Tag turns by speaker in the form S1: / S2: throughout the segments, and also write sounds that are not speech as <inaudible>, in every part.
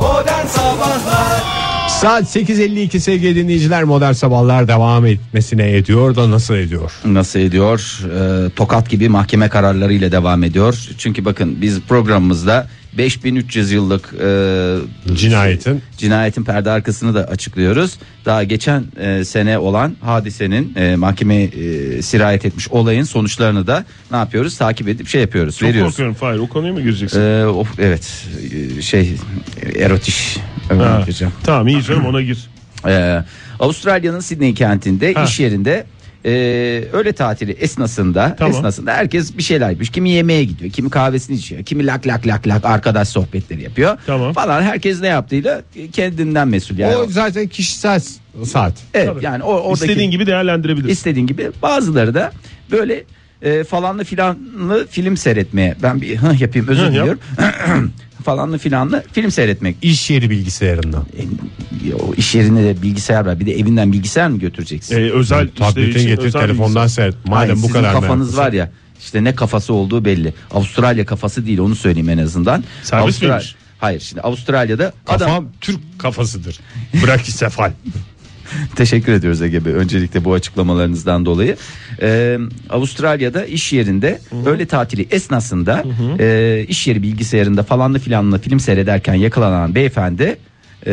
S1: Oh, Sabahlar
S2: Saat 8.52 sevgili dinleyiciler modern sabahlar devam etmesine ediyor da nasıl ediyor?
S3: Nasıl ediyor? Ee, tokat gibi mahkeme kararları ile devam ediyor. Çünkü bakın biz programımızda 5300 yıllık e,
S2: Cinayetin
S3: cinayetin perde arkasını da açıklıyoruz. Daha geçen e, sene olan hadisenin e, mahkemeye e, sirayet etmiş olayın sonuçlarını da ne yapıyoruz? Takip edip şey yapıyoruz,
S4: Çok
S3: veriyoruz.
S4: korkuyorum Fahir o konuya mı gireceksin?
S3: Ee, of, evet e, şey e, erotiş
S4: Ha,
S3: örnek vereceğim.
S4: Tamam iyi canım ona gir.
S3: Ee, Avustralya'nın Sydney kentinde
S4: Ha.
S3: iş yerinde e, öğle tatili esnasında
S4: Tamam.
S3: esnasında herkes bir şeyler yapmış. Kimi yemeğe gidiyor, kimi kahvesini içiyor, kimi lak lak lak lak arkadaş sohbetleri yapıyor
S4: Tamam.
S3: falan. Herkes ne yaptığıyla kendinden mesul yani.
S2: o zaten kişisel saat.
S3: evet,
S4: Tabii.
S3: yani o <clears throat> oradaki
S4: İstediğin gibi değerlendirebilirsin.
S3: istediğin gibi bazıları da böyle e, falanlı filanlı film seyretmeye ben bir hıh yapayım
S4: Hıh
S3: özür
S4: yap.
S3: diliyorum. <clears throat> falanlı filanlı film seyretmek
S2: İş yeri bilgisayarında.
S3: E, o iş yerinde de bilgisayar var. Bir de evinden bilgisayar mı götüreceksin?
S4: Ee, özel işleri
S2: Tabletin
S4: için
S2: getir
S4: özel
S2: telefondan
S4: bilgisayar.
S2: seyret. Madem
S3: Hayır,
S2: bu
S3: sizin
S2: kadar
S3: kafanız
S2: meraklısı.
S3: var ya işte ne kafası olduğu belli. Avustralya kafası değil onu söyleyeyim en azından.
S4: Servis miymiş?
S3: Hayır şimdi Avustralya'da
S2: Kafam
S3: adam
S2: Türk kafasıdır. Bırak isefal.
S3: teşekkür ediyoruz Ege Bey öncelikle bu açıklamalarınızdan dolayı. Ee, Avustralya'da iş yerinde öğle tatili esnasında e, iş yeri bilgisayarında falanlı filanlı film seyrederken yakalanan beyefendi e,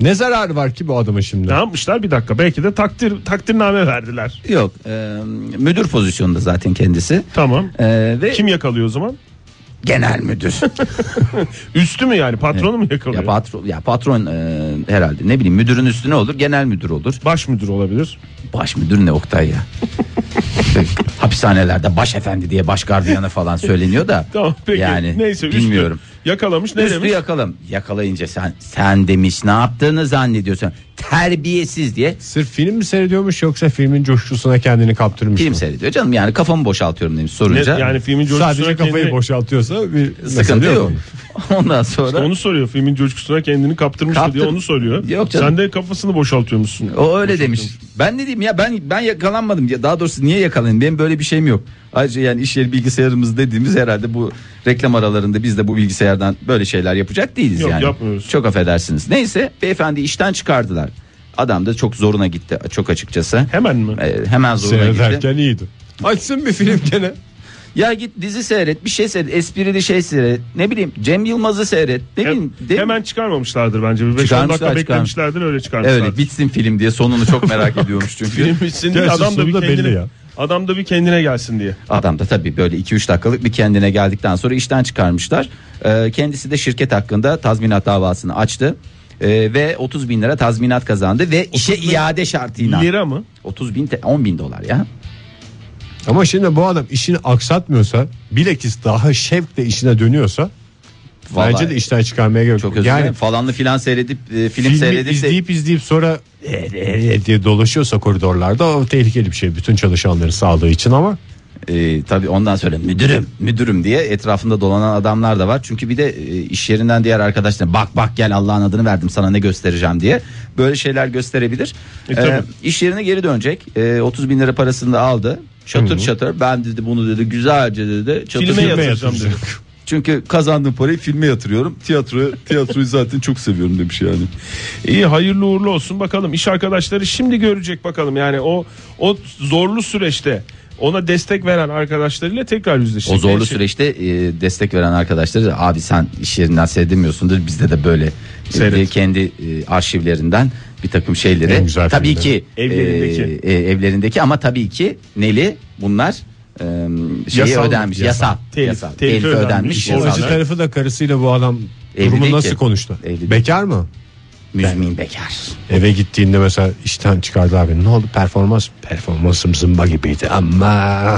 S2: ne zararı var ki bu adama şimdi?
S4: Ne yapmışlar bir dakika belki de takdir takdirname verdiler.
S3: yok e, müdür pozisyonunda zaten kendisi.
S4: Tamam.
S3: E, ve
S4: Kim yakalıyor o zaman?
S3: genel müdür.
S4: Üstü mü yani patronu mu yakalıyor?
S3: Ya patron, ya patron e, herhalde ne bileyim müdürün üstü ne olur? Genel müdür olur.
S4: Baş müdür olabilir.
S3: Baş müdür ne Oktay
S4: <laughs>
S3: ya? Hapishanelerde baş efendi diye baş gardiyana falan söyleniyor da.
S4: Tamam peki.
S3: Yani
S4: Neyse üstü
S3: bilmiyorum.
S4: Yakalamış ne
S3: Üstü
S4: demiş?
S3: yakalım. Yakalayınca sen sen demiş ne yaptığını zannediyorsun. Terbiyesiz diye
S2: Sırf film mi seyrediyormuş yoksa filmin coşkusuna kendini kaptırmış
S3: film
S2: mı?
S3: seyrediyor. Canım yani kafamı boşaltıyorum demiş
S4: Ne-
S3: sorunca.
S4: yani filmin coşkusuna
S2: Sadece kafayı
S4: kendini-
S2: boşaltıyorsa bir
S3: sıkıntı
S2: mesele
S3: yok. <laughs> Ondan sonra
S4: onu soruyor filmin coşkusuna kendini kaptırmış mı
S3: Kaptır-
S4: diye onu soruyor.
S3: Yok canım.
S4: Sen de kafasını boşaltıyormuşsun.
S3: O öyle demiş. Ben ne diyeyim ya ben ben yakalanmadım ya daha doğrusu niye yakalanayım benim böyle bir şeyim yok. Ayrıca yani iş yeri bilgisayarımız dediğimiz herhalde bu reklam aralarında biz de bu bilgisayardan böyle şeyler yapacak değiliz
S4: Yok,
S3: yani.
S4: yapmıyoruz.
S3: Çok affedersiniz. Neyse beyefendi işten çıkardılar. Adam da çok zoruna gitti çok açıkçası.
S4: Hemen mi?
S3: Ee, hemen zoruna gitti.
S2: Seyrederken iyiydi. Açsın bir film gene.
S3: Ya git dizi seyret, bir şey seyret, esprili şey seyret. Ne bileyim Cem Yılmaz'ı seyret. Ne
S4: He-
S3: bileyim. değil mi?
S4: hemen çıkarmamışlardır bence. Bir 5-10
S3: Çıkarmışlar,
S4: dakika
S3: çıkarmış.
S4: beklemişlerdir öyle çıkarmışlardır.
S3: Evet bitsin film diye sonunu çok
S4: <laughs>
S3: merak ediyormuş çünkü.
S4: Film bitsin diye
S2: Gerçi
S4: adam da bir
S2: sonunda belli
S4: kendine,
S2: ya.
S4: adam da bir kendine gelsin diye.
S3: Adam da tabii böyle 2-3 dakikalık bir kendine geldikten sonra işten çıkarmışlar. Ee, kendisi de şirket hakkında tazminat davasını açtı. Ee, ve 30 bin lira tazminat kazandı ve işe iade şartıyla.
S4: Lira mı?
S3: 30 bin, te- 10 bin dolar ya.
S2: Ama şimdi bu adam işini aksatmıyorsa bilekis daha şevkle işine dönüyorsa
S3: Vallahi
S2: bence de işten çıkarmaya gerek
S3: çok
S2: yok.
S3: özür
S2: Yani
S3: dilerim. Falanlı filan seyredip e, film
S2: filmi
S3: seyredip de
S2: izleyip izleyip sonra e, e, e diye dolaşıyorsa koridorlarda o tehlikeli bir şey bütün çalışanların sağlığı için ama
S3: e, tabii ondan sonra müdürüm müdürüm diye etrafında dolanan adamlar da var. Çünkü bir de e, iş yerinden diğer arkadaşlar bak bak gel Allah'ın adını verdim sana ne göstereceğim diye böyle şeyler gösterebilir. Ee,
S4: E, tabii.
S3: iş yerine geri dönecek. E, 30 bin lira parasını da aldı. Çatır çatır ben dedi bunu dedi güzelce dedi. Çatır
S4: Filme
S3: çatır-
S4: yatıracağım dedi.
S3: Çünkü kazandığım parayı filme yatırıyorum. Tiyatro tiyatroyu zaten çok seviyorum demiş yani.
S4: İyi hayırlı uğurlu olsun bakalım. İş arkadaşları şimdi görecek bakalım. Yani o o zorlu süreçte ona destek veren arkadaşlarıyla tekrar yüzleşecek.
S3: O zorlu
S4: Neyse.
S3: süreçte e, destek veren arkadaşları abi sen iş yerinden seyredemiyorsundur bizde de böyle e,
S4: Seyret.
S3: kendi e, arşivlerinden bir takım
S2: En
S3: şeyleri
S2: güzel
S3: tabii
S2: filmleri.
S3: ki e,
S4: Evlerindeki.
S3: e, evlerindeki ama tabii ki neli bunlar e, şeyi
S4: Yasal mı?
S3: ödenmiş
S4: Yasal.
S3: yasal
S4: Telif-
S3: yasal
S4: telifi
S3: telifi
S4: ödenmiş,
S3: ödenmiş
S4: yasal.
S2: Orijinal
S3: yasal.
S2: tarafı da karısıyla bu adam
S3: Evli
S2: durumu
S3: değil
S2: nasıl
S3: ki.
S2: konuştu?
S3: Evli değil.
S2: Bekar mı?
S3: Müzmin bekar.
S2: Eve gittiğinde mesela işten çıkardı abi. Ne oldu performans? Performansım zımba gibiydi ama.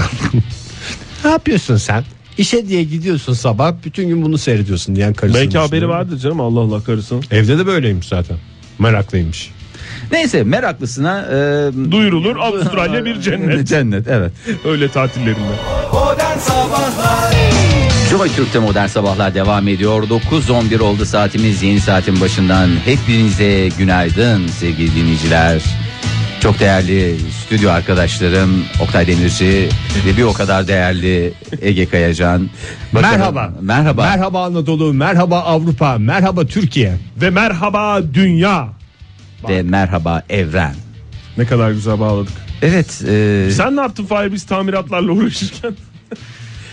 S2: <laughs> ne yapıyorsun sen? İşe diye gidiyorsun sabah bütün gün bunu seyrediyorsun diyen karısı.
S4: Belki haberi vardır canım Allah Allah karısının.
S2: Evde de böyleymiş zaten. Meraklıymış.
S3: Neyse meraklısına e,
S4: Duyurulur Avustralya
S3: <laughs>
S4: bir cennet.
S3: cennet evet.
S4: Öyle tatillerinde.
S1: Modern Sabahlar
S3: Joy Türk'te modern sabahlar devam ediyor. 9.11 oldu saatimiz yeni saatin başından. Hepinize günaydın sevgili dinleyiciler. Çok değerli stüdyo arkadaşlarım Oktay Demirci ve bir o kadar değerli Ege Kayacan. Bakalım-
S2: Merhaba.
S3: Merhaba.
S2: Merhaba Anadolu, merhaba Avrupa, merhaba Türkiye.
S4: Ve merhaba dünya.
S3: ve merhaba Evren.
S4: Ne kadar güzel bağladık.
S3: Evet. E,
S4: Sen ne yaptın Fahir biz tamiratlarla uğraşırken?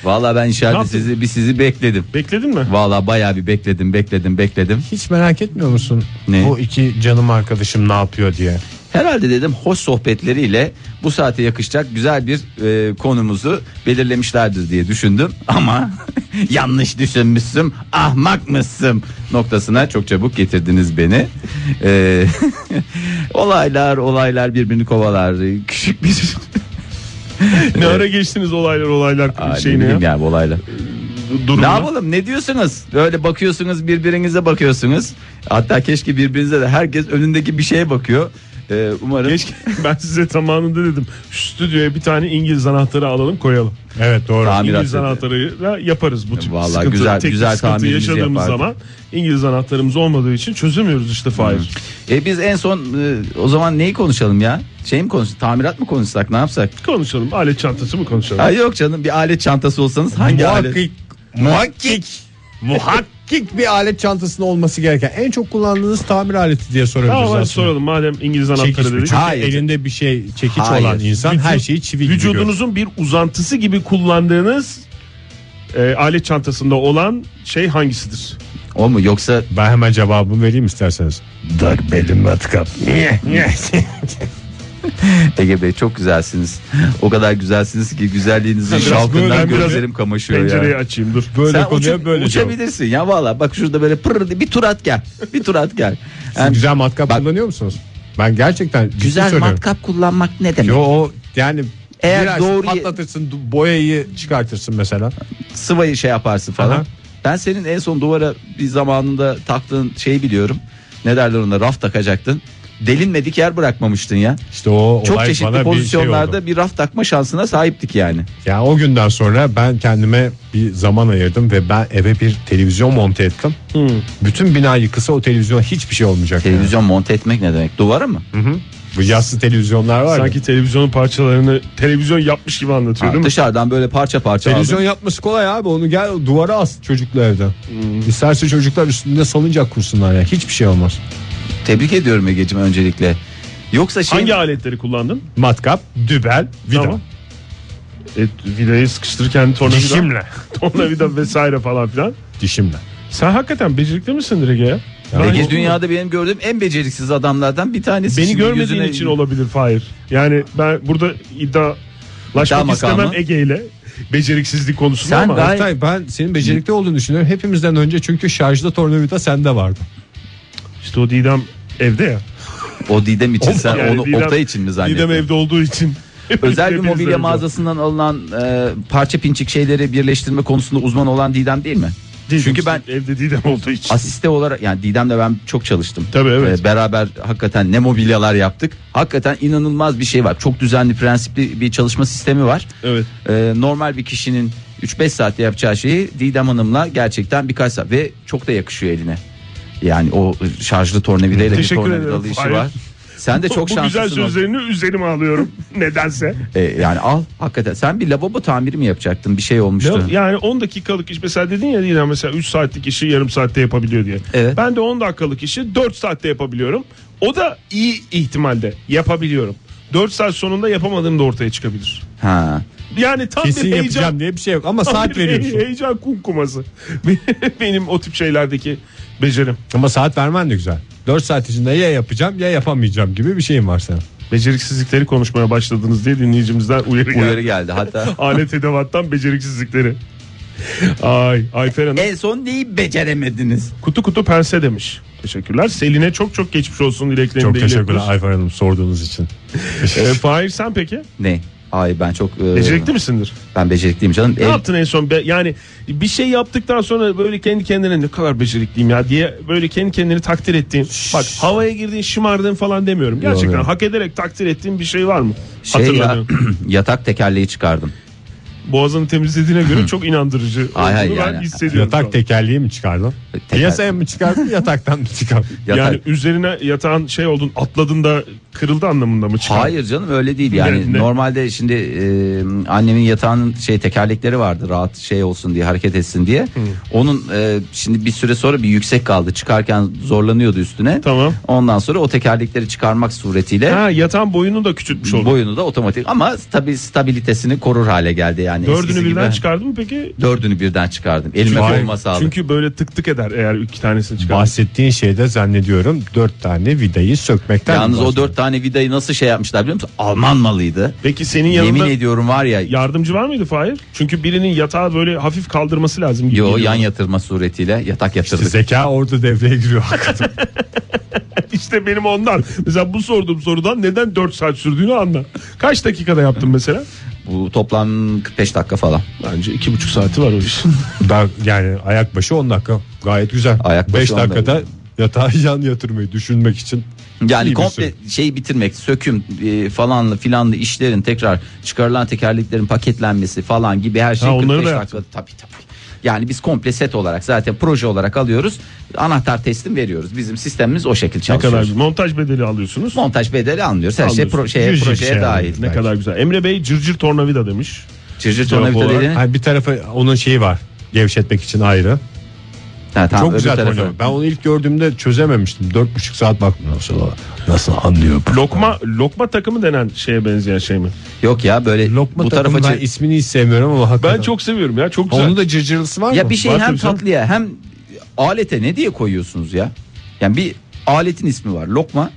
S3: Valla ben
S4: Ne
S3: inşallah
S4: yaptın?
S3: sizi, bir sizi bekledim.
S4: Bekledin mi?
S3: Valla bayağı bir bekledim bekledim bekledim.
S2: Hiç merak etmiyor musun?
S3: Ne?
S2: Bu iki canım arkadaşım ne yapıyor diye.
S3: Herhalde dedim hoş sohbetleriyle bu saate yakışacak güzel bir e, konumuzu belirlemişlerdir diye düşündüm. <laughs> Ama yanlış düşünmüşsün ahmak mısın noktasına çok çabuk getirdiniz beni. E, <laughs> olaylar olaylar birbirini kovalar. Küçük bir
S4: Ne ara geçtiniz olaylar olaylar
S3: Aa, <laughs> şey ne
S4: şeyine
S3: bileyim
S4: ya.
S3: yani bu olaylar. Ne
S4: Durumuna.
S3: yapalım ne diyorsunuz? Böyle bakıyorsunuz birbirinize bakıyorsunuz. Hatta keşke birbirinize de herkes önündeki bir şeye bakıyor. E, umarım
S4: Keşke ben size zamanında dedim. Şu stüdyoya bir tane İngiliz anahtarı alalım koyalım.
S2: Evet doğru.
S3: Tamam. Amirat
S4: İngiliz
S3: dedi.
S4: anahtarıyla yaparız bu tip
S3: Vallahi
S4: sıkıntı.
S3: güzel-
S4: teknik
S3: güzel
S4: sıkıntı
S3: tahminimizi
S4: yaşadığımız
S3: yapardı.
S4: zaman İngiliz anahtarımız olmadığı için çözemiyoruz işte Fahir.
S3: E biz en son e, o zaman neyi konuşalım ya? Şey mi konuş, tamirat mı konuşsak, ne yapsak?
S4: Konuşalım alet çantası mı konuşalım?
S3: Ha yok canım bir alet çantası olsanız hangi alet?
S2: Muhakkik, muhakkik, muhakkik bir alet çantasında olması gereken en çok kullandığınız tamir aleti diye soruyoruz
S4: Tamam hadi
S2: aslında.
S4: soralım madem İngiliz
S2: Çekiç
S4: anahtarı
S2: mi?
S4: dedik.
S2: Çünkü
S3: Hayır.
S2: elinde bir şey çekiç
S3: Hayır.
S2: olan insan
S4: Vücut-
S2: her şeyi çivi gibi görür.
S4: Vücudunuzun bir uzantısı gibi kullandığınız e, alet çantasında olan şey hangisidir?
S3: O mu yoksa
S2: Ben hemen cevabımı vereyim isterseniz. Dak belim matkap. Niye? Niye?
S3: Ege Bey çok güzelsiniz. O kadar güzelsiniz ki güzelliğinizin
S4: Biraz
S3: şalkından
S4: böyle, biraz
S3: gözlerim kamaşıyor
S4: Pencereyi
S3: ya.
S4: açayım dur.
S2: Böyle
S3: Sen
S2: konuya
S3: uça-
S2: böyle cevap.
S3: uçabilirsin ya valla bak şurada böyle pırr diye bir tur at gel. Bir tur at gel.
S2: Siz
S3: Yani
S2: güzel matkap
S3: Bak-
S2: kullanıyor musunuz? Ben gerçekten ciddi
S3: güzel
S2: söylüyorum.
S3: matkap kullanmak ne demek?
S2: Yo o yani
S3: Eğer
S2: biraz
S3: doğru-
S2: patlatırsın du- boyayı çıkartırsın mesela.
S3: sıvayı şey yaparsın falan.
S2: Aha.
S3: Ben senin en son duvara bir zamanında taktığın şeyi biliyorum. Ne derler ona raf takacaktın. Delinmedik yer bırakmamıştın ya.
S2: İşte o
S3: Çok
S2: olay bana
S3: çeşitli
S2: bir
S3: pozisyonlarda
S2: şey
S3: bir,
S2: oldu.
S3: raf takma şansına sahiptik yani.
S2: Ya o günden sonra ben kendime bir zaman ayırdım ve ben eve bir televizyon monte ettim.
S4: Hmm.
S2: Bütün bina yıkısa o televizyon hiçbir şey olmayacak. yani.
S3: Televizyon monte etmek ne demek? Duvara mı?
S2: Bu yassı televizyonlar var ya.
S4: Sanki televizyonun parçalarını televizyon yapmış gibi anlatıyor
S3: Ha,
S4: değil mi?
S3: dışarıdan böyle parça parça
S2: Televizyon
S3: aldın.
S2: yapması kolay abi onu gel duvara as çocukla evde.
S4: Hmm.
S2: İsterse çocuklar üstünde salıncak kursunlar ya hiçbir şey olmaz.
S3: Tebrik ediyorum Ege'cim öncelikle. Yoksa şey
S4: Hangi aletleri kullandın?
S2: Matkap, dübel, vida.
S4: Tamam. E, vidayı sıkıştırırken tornavida. <laughs> tornavida vesaire falan filan.
S2: Dişimle.
S4: Sen hakikaten becerikli misin Ege ya? Ben
S3: Ege
S4: hiç-
S3: dünyada benim gördüğüm en beceriksiz adamlardan bir tanesi.
S4: Beni
S3: Şimdi
S4: görmediğin
S3: yüzüne-
S4: için olabilir Fahir. Yani ben burada
S3: İddia
S4: iddialaşmak
S3: makamı.
S4: istemem Ege ile beceriksizlik konusunda
S3: Sen
S4: ama
S3: gayet-
S2: Oktay ben senin becerikli olduğunu düşünüyorum. Hepimizden önce çünkü şarjda tornavida sende vardı.
S4: işte o Didem evde ya.
S3: O Didem için sen
S4: Yani
S3: onu
S4: Didem-
S3: Oktay için mi zannettin?
S4: Didem evde olduğu için.
S3: <laughs> Özel bir
S4: Hepimiz evde.
S3: mobilya mağazasından alınan e, parça pinçik şeyleri birleştirme konusunda uzman olan Didem değil mi?
S4: Didem
S3: Çünkü
S4: işte
S3: ben
S4: evde Didem olduğu için.
S3: asiste olarak yani Didem'le ben çok çalıştım.
S4: Tabii, evet.
S3: E, beraber hakikaten ne mobilyalar yaptık. Hakikaten inanılmaz bir şey var. Çok düzenli prensipli bir çalışma sistemi var.
S4: evet.
S3: E, normal bir kişinin 3-5 saatte yapacağı şeyi Didem Hanım'la gerçekten birkaç saat ve çok da yakışıyor eline. Yani o şarjlı tornavidayla bir
S4: Teşekkür ederim.
S3: tornavidalı işi
S4: Hayır.
S3: var. Sen
S4: <laughs>
S3: de
S4: Bu-
S3: çok
S4: Bu güzel
S3: şanslısın. o-
S4: sözlerini üzerime alıyorum <laughs> nedense.
S3: E, yani al hakikaten. Sen bir lavabo tamiri mi yapacaktın? Bir şey olmuştu.
S4: Ya- Yani 10 dakikalık iş mesela dedin ya Didem mesela 3 saatlik işi yarım saatte yapabiliyor diye.
S3: Evet.
S4: Ben de 10 dakikalık işi 4 saatte yapabiliyorum. O da iyi ihtimalde yapabiliyorum. 4 saat sonunda yapamadığım da ortaya çıkabilir.
S3: Ha.
S4: Yani tam
S2: Kesin
S4: bir heyecan
S2: yapacağım diye bir şey yok ama
S4: tam
S2: saat
S4: bir
S2: veriyorsun.
S4: Heyecan kumkuması. <laughs> Benim o tip şeylerdeki becerim.
S2: Ama saat vermen de güzel. 4 saat içinde ya yapacağım ya yapamayacağım gibi bir şeyin var senin.
S4: Beceriksizlikleri konuşmaya başladınız diye dinleyicimizden uyarı geldi.
S3: Uyarı geldi
S4: <laughs>
S3: hatta.
S4: Alet edevattan beceriksizlikleri. Ay Ayfer Hanım
S3: en son neyi beceremediniz?
S4: kutu kutu pense demiş. Teşekkürler. Selin'e çok çok geçmiş olsun dileklerini
S2: Çok
S4: de
S2: teşekkürler
S4: iletiyoruz.
S2: Ayfer Hanım sorduğunuz için.
S4: Ee, Fahir sen peki?
S3: Ne? Ay ben çok e,
S4: Becerikli misindir?
S3: ben becerikliyim canım. E,
S4: Ne
S3: El-
S4: yaptın en son? Be- yani bir şey yaptıktan sonra böyle kendi kendine ne kadar becerikliyim ya diye böyle kendi kendini takdir ettiğin. Bak havaya girdiğin şımardın falan demiyorum. Gerçekten
S3: yok.
S4: hak ederek takdir ettiğin bir şey var mı?
S3: şey ya,
S4: Hatırladığın.
S3: <clears throat> yatak tekerleği çıkardım.
S4: Boğazını temizlediğine göre çok inandırıcı.
S3: Ay, ay,
S4: olduğunu ben
S3: yani.
S4: hissediyorum. şu an.
S2: Yatak tekerleği mi çıkardın?
S3: Teker- <laughs>
S2: Piyasaya mı çıkardın yataktan mı çıkardın?
S3: Yatak
S4: Yani üzerine yatağın şey oldun atladın da kırıldı anlamında mı çıkar?
S3: Hayır canım öyle değil yani
S4: Ne- ne?
S3: normalde şimdi e, annemin yatağının şey tekerlekleri vardı rahat şey olsun diye hareket etsin diye. Onun e, şimdi bir süre sonra bir yüksek kaldı çıkarken zorlanıyordu üstüne.
S4: Tamam.
S3: Ondan sonra o tekerlekleri çıkarmak suretiyle
S4: Ha yatağın boyunu da küçültmüş oldu.
S3: boyunu da otomatik ama tabi stabilitesini korur hale geldi yani.
S4: Dördünü
S3: eskisi
S4: birden
S3: gibi-
S4: çıkardı mı peki?
S3: Dördünü birden çıkardım. Elime
S4: Vay.
S3: koluma sağlık.
S4: Çünkü böyle tık tık eder eğer iki tanesini çıkar.
S2: Bahsettiğin şeyde zannediyorum dört tane vidayı sökmekten.
S3: Yalnız o
S2: bahsediyor.
S3: dört tane vidayı nasıl şey yapmışlar biliyor musun? Alman malıydı.
S4: Peki senin
S3: Yemin
S4: yanında
S3: ediyorum var ya.
S4: yardımcı var mıydı Fahir? Çünkü birinin yatağı böyle hafif kaldırması lazım. gibi
S3: Yo
S4: geliyor.
S3: yan yatırma suretiyle yatak yatırdık.
S2: Zeka orada devreye giriyor <laughs> hakikaten.
S4: <laughs> İşte benim ondan. Mesela bu sorduğum sorudan neden 4 saat sürdüğünü anla. Kaç dakikada yaptın mesela?
S3: Bu toplam 45 dakika falan.
S4: Bence 2,5 saati var
S3: <laughs>
S4: o işin.
S2: Ben yani ayak başı 10 dakika gayet güzel.
S3: Ayak başı
S2: 5
S3: 10
S2: dakikada
S3: dakika.
S2: yatağı <laughs> yan yatırmayı düşünmek için.
S3: Yani
S2: iyi bir
S3: komple
S2: süre.
S3: şeyi bitirmek, söküm e, falanlı filanlı işlerin tekrar çıkarılan tekerleklerin paketlenmesi falan gibi her şey
S4: Ha, onları
S3: 45
S4: da
S3: dakika. Tabii tabii. Yani biz komple set olarak zaten proje olarak alıyoruz. Anahtar teslim veriyoruz. Bizim sistemimiz o şekilde
S4: ne kadar
S3: çalışıyor.
S4: bir montaj bedeli alıyorsunuz.
S3: Montaj bedeli anlıyoruz. Her şey
S4: Anlıyorsun.
S3: pro- şeye,
S2: Yüz
S3: projeye
S2: işe
S3: dahil.
S4: Ne kadar güzel. Emre Bey cırcır tornavida demiş.
S3: Çırcır
S4: Cevap
S3: tornavida
S4: olarak-
S3: dediğini-
S2: Hani bir tarafı onun şeyi var. Gevşetmek için ayrı.
S3: Ha, tamam,
S2: Çok
S3: öbür
S2: güzel
S3: tarafı.
S2: tornavida. Ben onu ilk gördüğümde çözememiştim. Dört buçuk saat baktım nasıl nasıl anlıyor. bu?
S4: Lokma lokma takımı denen şeye benzeyen şey mi?
S3: Yok ya böyle
S2: Lokma
S3: bu
S2: takımı
S3: tarafa
S2: ben
S3: çir-
S2: ismini hiç sevmiyorum ama
S4: Ben
S2: hakikaten.
S4: çok seviyorum ya. Çok güzel.
S2: Onun da cırcırlısı var
S3: Ya
S2: mı?
S3: bir şey
S4: Var
S3: hem
S4: tabii canım.
S3: tatlıya hem alete ne diye koyuyorsunuz ya? Yani bir aletin ismi var lokma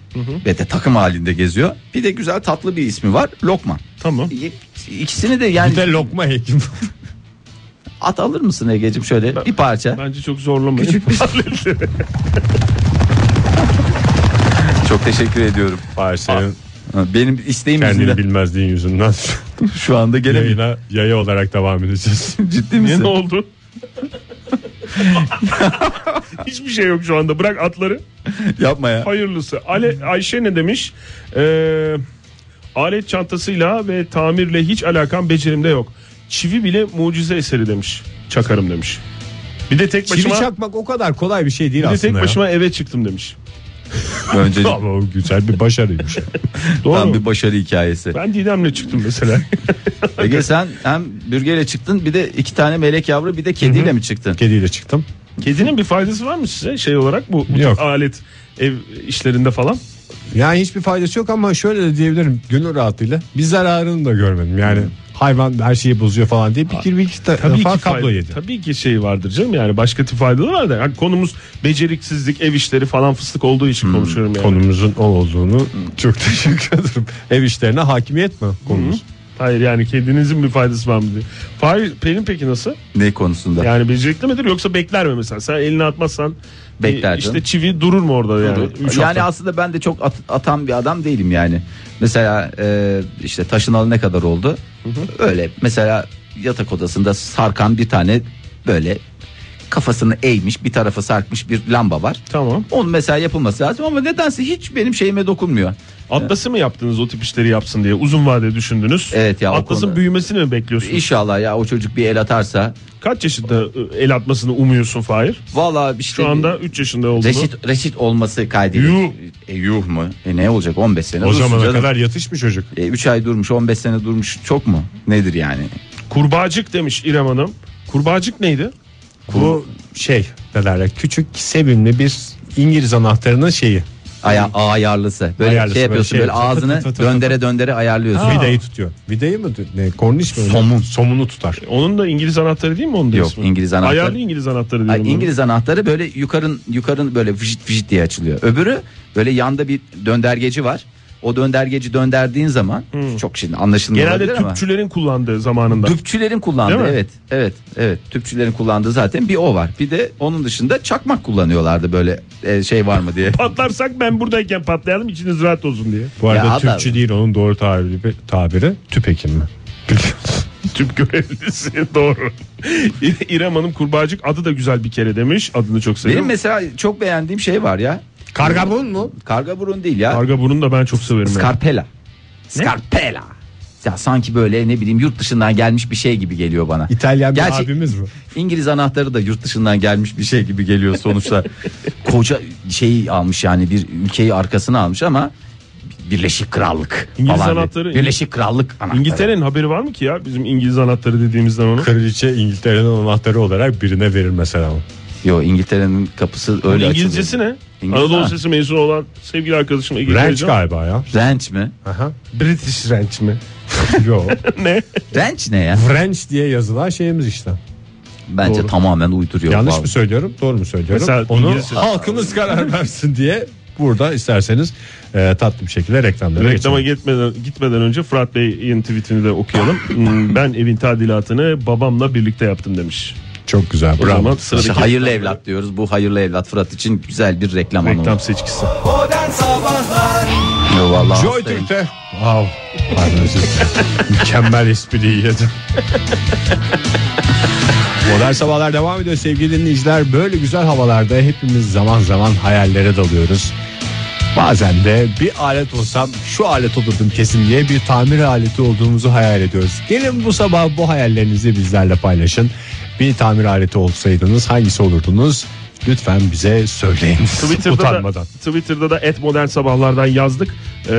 S3: ve de takım halinde geziyor. Bir de güzel tatlı bir ismi var lokma.
S4: Tamam.
S3: İkisini de yani
S2: Bir de lokma <laughs> hekim.
S3: at alır mısın Ege'cim şöyle bir parça?
S4: Bence çok zorlamayın.
S3: Küçük bir- Çok teşekkür ediyorum.
S2: Hayır senin
S3: Benim isteğim
S2: kendini
S3: yüzünden
S2: bilmezliğin <laughs> yüzünden
S3: şu anda gelemiyorum.
S2: yayına yaya olarak devam <laughs> edeceğiz.
S3: Ciddi
S4: Niye
S3: misin?
S4: ne oldu? <laughs> Hiçbir şey yok şu anda. Bırak atları.
S3: Yapma ya.
S4: Hayırlısı. Ale, Ayşe ne demiş? Ee, alet çantasıyla ve tamirle hiç alakam becerimde yok. Çivi bile mucize eseri demiş. Çakarım demiş. Bir de tek
S2: Çivi
S4: başıma
S2: çakmak o kadar kolay bir şey değil
S4: bir de
S2: aslında.
S4: tek
S2: ya.
S4: başıma eve çıktım demiş.
S3: Önce
S2: Ama o güzel bir <laughs> başarıymış.
S4: Doğru.
S3: tam
S4: mu?
S3: bir başarı hikayesi.
S4: Ben Didem'le çıktım mesela.
S2: <laughs>
S3: Ege sen hem bürgeyle çıktın bir de iki tane melek yavru bir de kediyle mi çıktın?
S2: Kediyle çıktım.
S4: Kedinin bir faydası var mı size şey olarak bu, bu tür
S2: Yok.
S4: alet ev işlerinde falan?
S2: Yani hiçbir faydası yok ama şöyle de diyebilirim gönül rahatlığıyla bir zararını da görmedim. Yani hayvan her şeyi bozuyor falan diye bir kere bir iki defa kablo
S4: fayda-
S2: yedi.
S4: Tabii ki şey vardır canım yani başka tip faydaları var da yani konumuz beceriksizlik, ev işleri falan fıstık olduğu için
S3: Hmm,
S4: konuşuyorum yani.
S2: Konumuzun o olduğunu çok <laughs> teşekkür ederim. Ev işlerine hakimiyet mi konumuz?
S4: Hayır yani kedinizin bir faydası var mı diye. Fahir, Pelin peki nasıl?
S3: Ne konusunda?
S4: Yani becerikli midir yoksa bekler mi mesela? Sen elini atmazsan
S3: Bekler
S4: e, işte
S3: canım.
S4: çivi durur mu orada yani?
S3: Doğru.
S4: Üç
S3: yani
S4: hafta.
S3: aslında ben de çok at- atan bir adam değilim yani. Mesela e, işte taşınalı ne kadar oldu? Öyle mesela yatak odasında sarkan bir tane böyle kafasını eğmiş bir tarafa sarkmış bir lamba var.
S4: Tamam.
S3: Onun mesela yapılması lazım ama nedense hiç benim şeyime dokunmuyor.
S4: Atlas'ı mı yaptınız o tip işleri yapsın diye? Uzun vade düşündünüz.
S3: Evet ya, o
S4: Atlas'ın
S3: konuda-
S4: büyümesini mi bekliyorsunuz?
S3: İnşallah ya o çocuk bir el atarsa.
S4: Kaç yaşında e, el atmasını umuyorsun Fahir?
S3: Vallahi işte
S4: Şu anda 3 yaşında olduğunu.
S3: reşit, reşit olması kaydıyla.
S4: Yuh.
S3: E, yuh mu? E, ne olacak 15 sene
S2: O
S3: dursun
S2: zamana
S3: canım.
S2: kadar yatış mı çocuk?
S3: E, 3 ay durmuş 15 sene durmuş çok mu? Nedir yani?
S4: Kurbağacık demiş İrem Hanım. Kurbağacık neydi?
S2: Bu şey ne derler küçük sevimli bir İngiliz anahtarının şeyi.
S3: Aya, ayarlısı. Böyle
S2: Ayarlısı, böyle
S3: şey yapıyorsun
S2: şey
S3: böyle,
S2: yapıyorsun.
S3: ağzını
S2: Tı tı tı tı
S3: döndere döndere ayarlıyorsun.
S2: Vidayı tutuyor. Vidayı mı? Ne, korniş mi?
S3: Somun.
S2: Somunu tutar.
S4: Onun da İngiliz anahtarı değil mi onun da
S3: Yok,
S4: ismi?
S3: İngiliz anahtarı.
S4: Ayarlı İngiliz anahtarı
S3: Ay,
S4: diyorum. ben.
S3: İngiliz anahtarı böyle yukarın yukarın böyle vıcıt vıcıt diye açılıyor. Öbürü böyle yanda bir döndergeci var. O döndergeci dönderdiğin zaman çok şimdi anlaşılmıyor
S4: Genelde
S3: olabilir ama.
S4: tüpçülerin kullandığı zamanında.
S3: Tüpçülerin kullandığı
S4: Değil mi?
S3: evet evet evet tüpçülerin kullandığı zaten bir o var. Bir de onun dışında çakmak kullanıyorlardı böyle e, şey var mı diye.
S4: Patlarsak ben buradayken patlayalım içiniz rahat olsun diye.
S2: Bu
S3: Ya
S2: arada
S3: adam-
S2: Türkçü değil onun doğru tabiri, tabiri tüp
S3: <laughs>
S2: hekimi. Biliyorsun.
S4: Tüp görevlisi doğru. İrem Hanım kurbağacık adı da güzel bir kere demiş. Adını çok
S3: Benim
S4: seviyorum.
S3: mesela çok beğendiğim şey var ya.
S2: Kargabun mu?
S3: Karga burun değil ya.
S4: Karga burun da ben çok severim. yani.
S3: Scarpella. Scarpella. Ya sanki böyle ne bileyim yurt dışından gelmiş bir şey gibi geliyor bana.
S2: İtalyan bir
S3: Gerçi-
S2: abimiz mi?
S3: İngiliz anahtarı da yurt dışından gelmiş bir şey gibi
S4: <laughs>
S3: geliyor sonuçta. Koca şeyi almış yani bir ülkeyi arkasına almış ama Birleşik Krallık
S4: İngiliz
S3: falan.
S4: anahtarı-
S3: Birleşik Krallık anahtarı.
S4: İngiltere'nin haberi var mı ki ya bizim İngiliz anahtarı dediğimizden onu?
S2: Kraliçe İngiltere'nin anahtarı olarak birine verir mesela.
S3: Yo İngiltere'nin kapısı öyle
S4: İngilizcesi
S3: açılıyor.
S4: ne?
S3: İngiliz-
S4: Anadolu
S3: Ha.
S4: Sesi mezunu olan sevgili arkadaşım İngilizce
S2: Ranch
S4: hocam.
S2: galiba ya.
S3: Ranch mi?
S2: Aha. British Ranch mi? Yok.
S4: ne?
S3: Ranch ne ya?
S2: Ranch diye yazılan şeyimiz işte.
S3: Bence
S2: Doğru.
S3: tamamen uyduruyor.
S2: Yanlış
S3: Vallahi.
S2: mı söylüyorum? Doğru mu söylüyorum?
S4: Mesela
S2: Onu
S4: İngilizce-
S2: halkımız karar versin diye burada isterseniz e, tatlı bir şekilde reklamlara
S4: Reklama
S2: geçelim.
S4: gitmeden, gitmeden önce Fırat Bey'in tweetini de okuyalım. Hmm, ben evin tadilatını babamla birlikte yaptım demiş.
S2: Çok güzel.
S4: O zaman
S2: Bravo.
S4: sıradaki
S3: İşte hayırlı evlat diyoruz. Bu hayırlı evlat Fırat için güzel bir reklam anı.
S4: reklam seçkisi.
S1: Modern Sabahlar
S3: Yo, vallahi
S2: Joy
S3: hastayım.
S2: Türk'te. Wow. Pardon özür dilerim. Mükemmel espriyi yedim. Modern Sabahlar devam ediyor sevgili dinleyiciler. Böyle güzel havalarda hepimiz zaman zaman hayallere dalıyoruz. Bazen de bir alet olsam şu alet olurdum kesin diye bir tamir aleti olduğumuzu hayal ediyoruz. Gelin bu sabah bu hayallerinizi bizlerle paylaşın. Bir tamir aleti olsaydınız hangisi olurdunuz? Lütfen bize söyleyin.
S4: Twitter'da da,
S2: Utanmadan.
S4: Twitter'da da et modern sabahlardan yazdık. Ee,